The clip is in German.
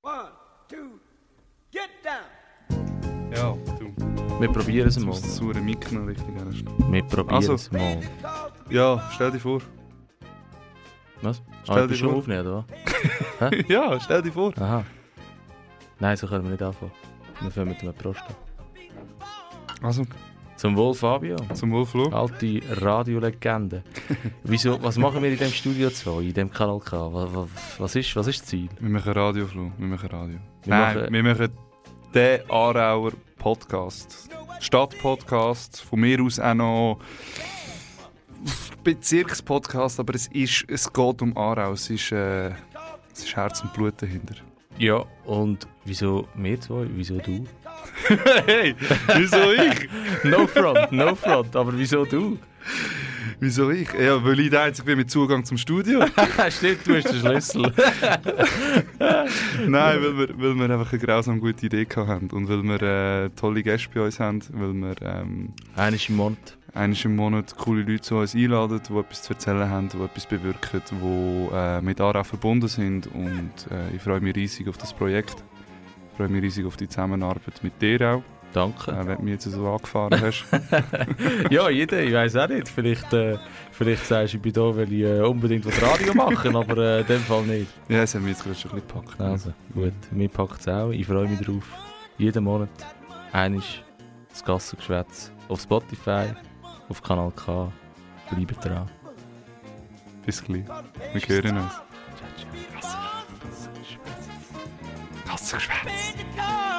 One, two, get down. Ja, du. Wir probieren es Du mal. musst das sauer Micken richtig ernst nehmen. Wir probieren Also. es mal. Ja, stell dir vor. Was? Stell Ah, ich dir bin schon vor. aufnehmen, oder? ja, stell dir vor. was? Aha. Nein, so können wir nicht anfangen. Wir fangen mit einem Prost an. Also, Zum Wohl, Fabio. zum Wolflo. Alte Radiolegende. Wieso, was machen wir in dem Studio 2, in dem Kanal K? Was, was, was, ist, was ist das Ziel? Wir machen Radio, Flo. Wir machen Radio. Wir Nein, machen- wir machen den Aarauer Podcast. Stadtpodcast, von mir aus auch noch Bezirkspodcast, aber es, ist, es geht um Aarau. Es ist, äh, es ist Herz und Blut dahinter. Ja, und wieso wir zwei, wieso du? hey, wieso ich? No front, no front, aber wieso du? Wieso ich? Ja, weil ich der Einzige bin mit Zugang zum Studio. Stimmt, du hast den Schlüssel. Nein, weil wir, weil wir einfach eine grausam gute Idee gehabt haben und weil wir äh, tolle Gäste bei uns haben, weil wir ähm, Einer ist im Mond. einmal im Monat coole Leute zu uns einladen, die etwas zu erzählen haben, die etwas bewirken, die äh, mit ARA verbunden sind und äh, ich freue mich riesig auf das Projekt. Ich freue mich riesig auf die Zusammenarbeit mit dir auch, Danke. äh, wenn du mich jetzt so angefahren hast. Ja, jeder, ich weiß auch nicht. Vielleicht, äh, vielleicht sagst du, ich bin da, weil ich äh, unbedingt was Radio machen, aber äh, in dem Fall nicht. ja, das haben wir jetzt gerade schon ein bisschen gepackt. Also, gut, mir packt es auch. Ich freue mich drauf. Jeden Monat einmal das Gassengeschwätz auf Spotify, auf Kanal K. Bleibt dran. Bis gleich. Wir hören uns. Kassengeschwätz. Bend the car.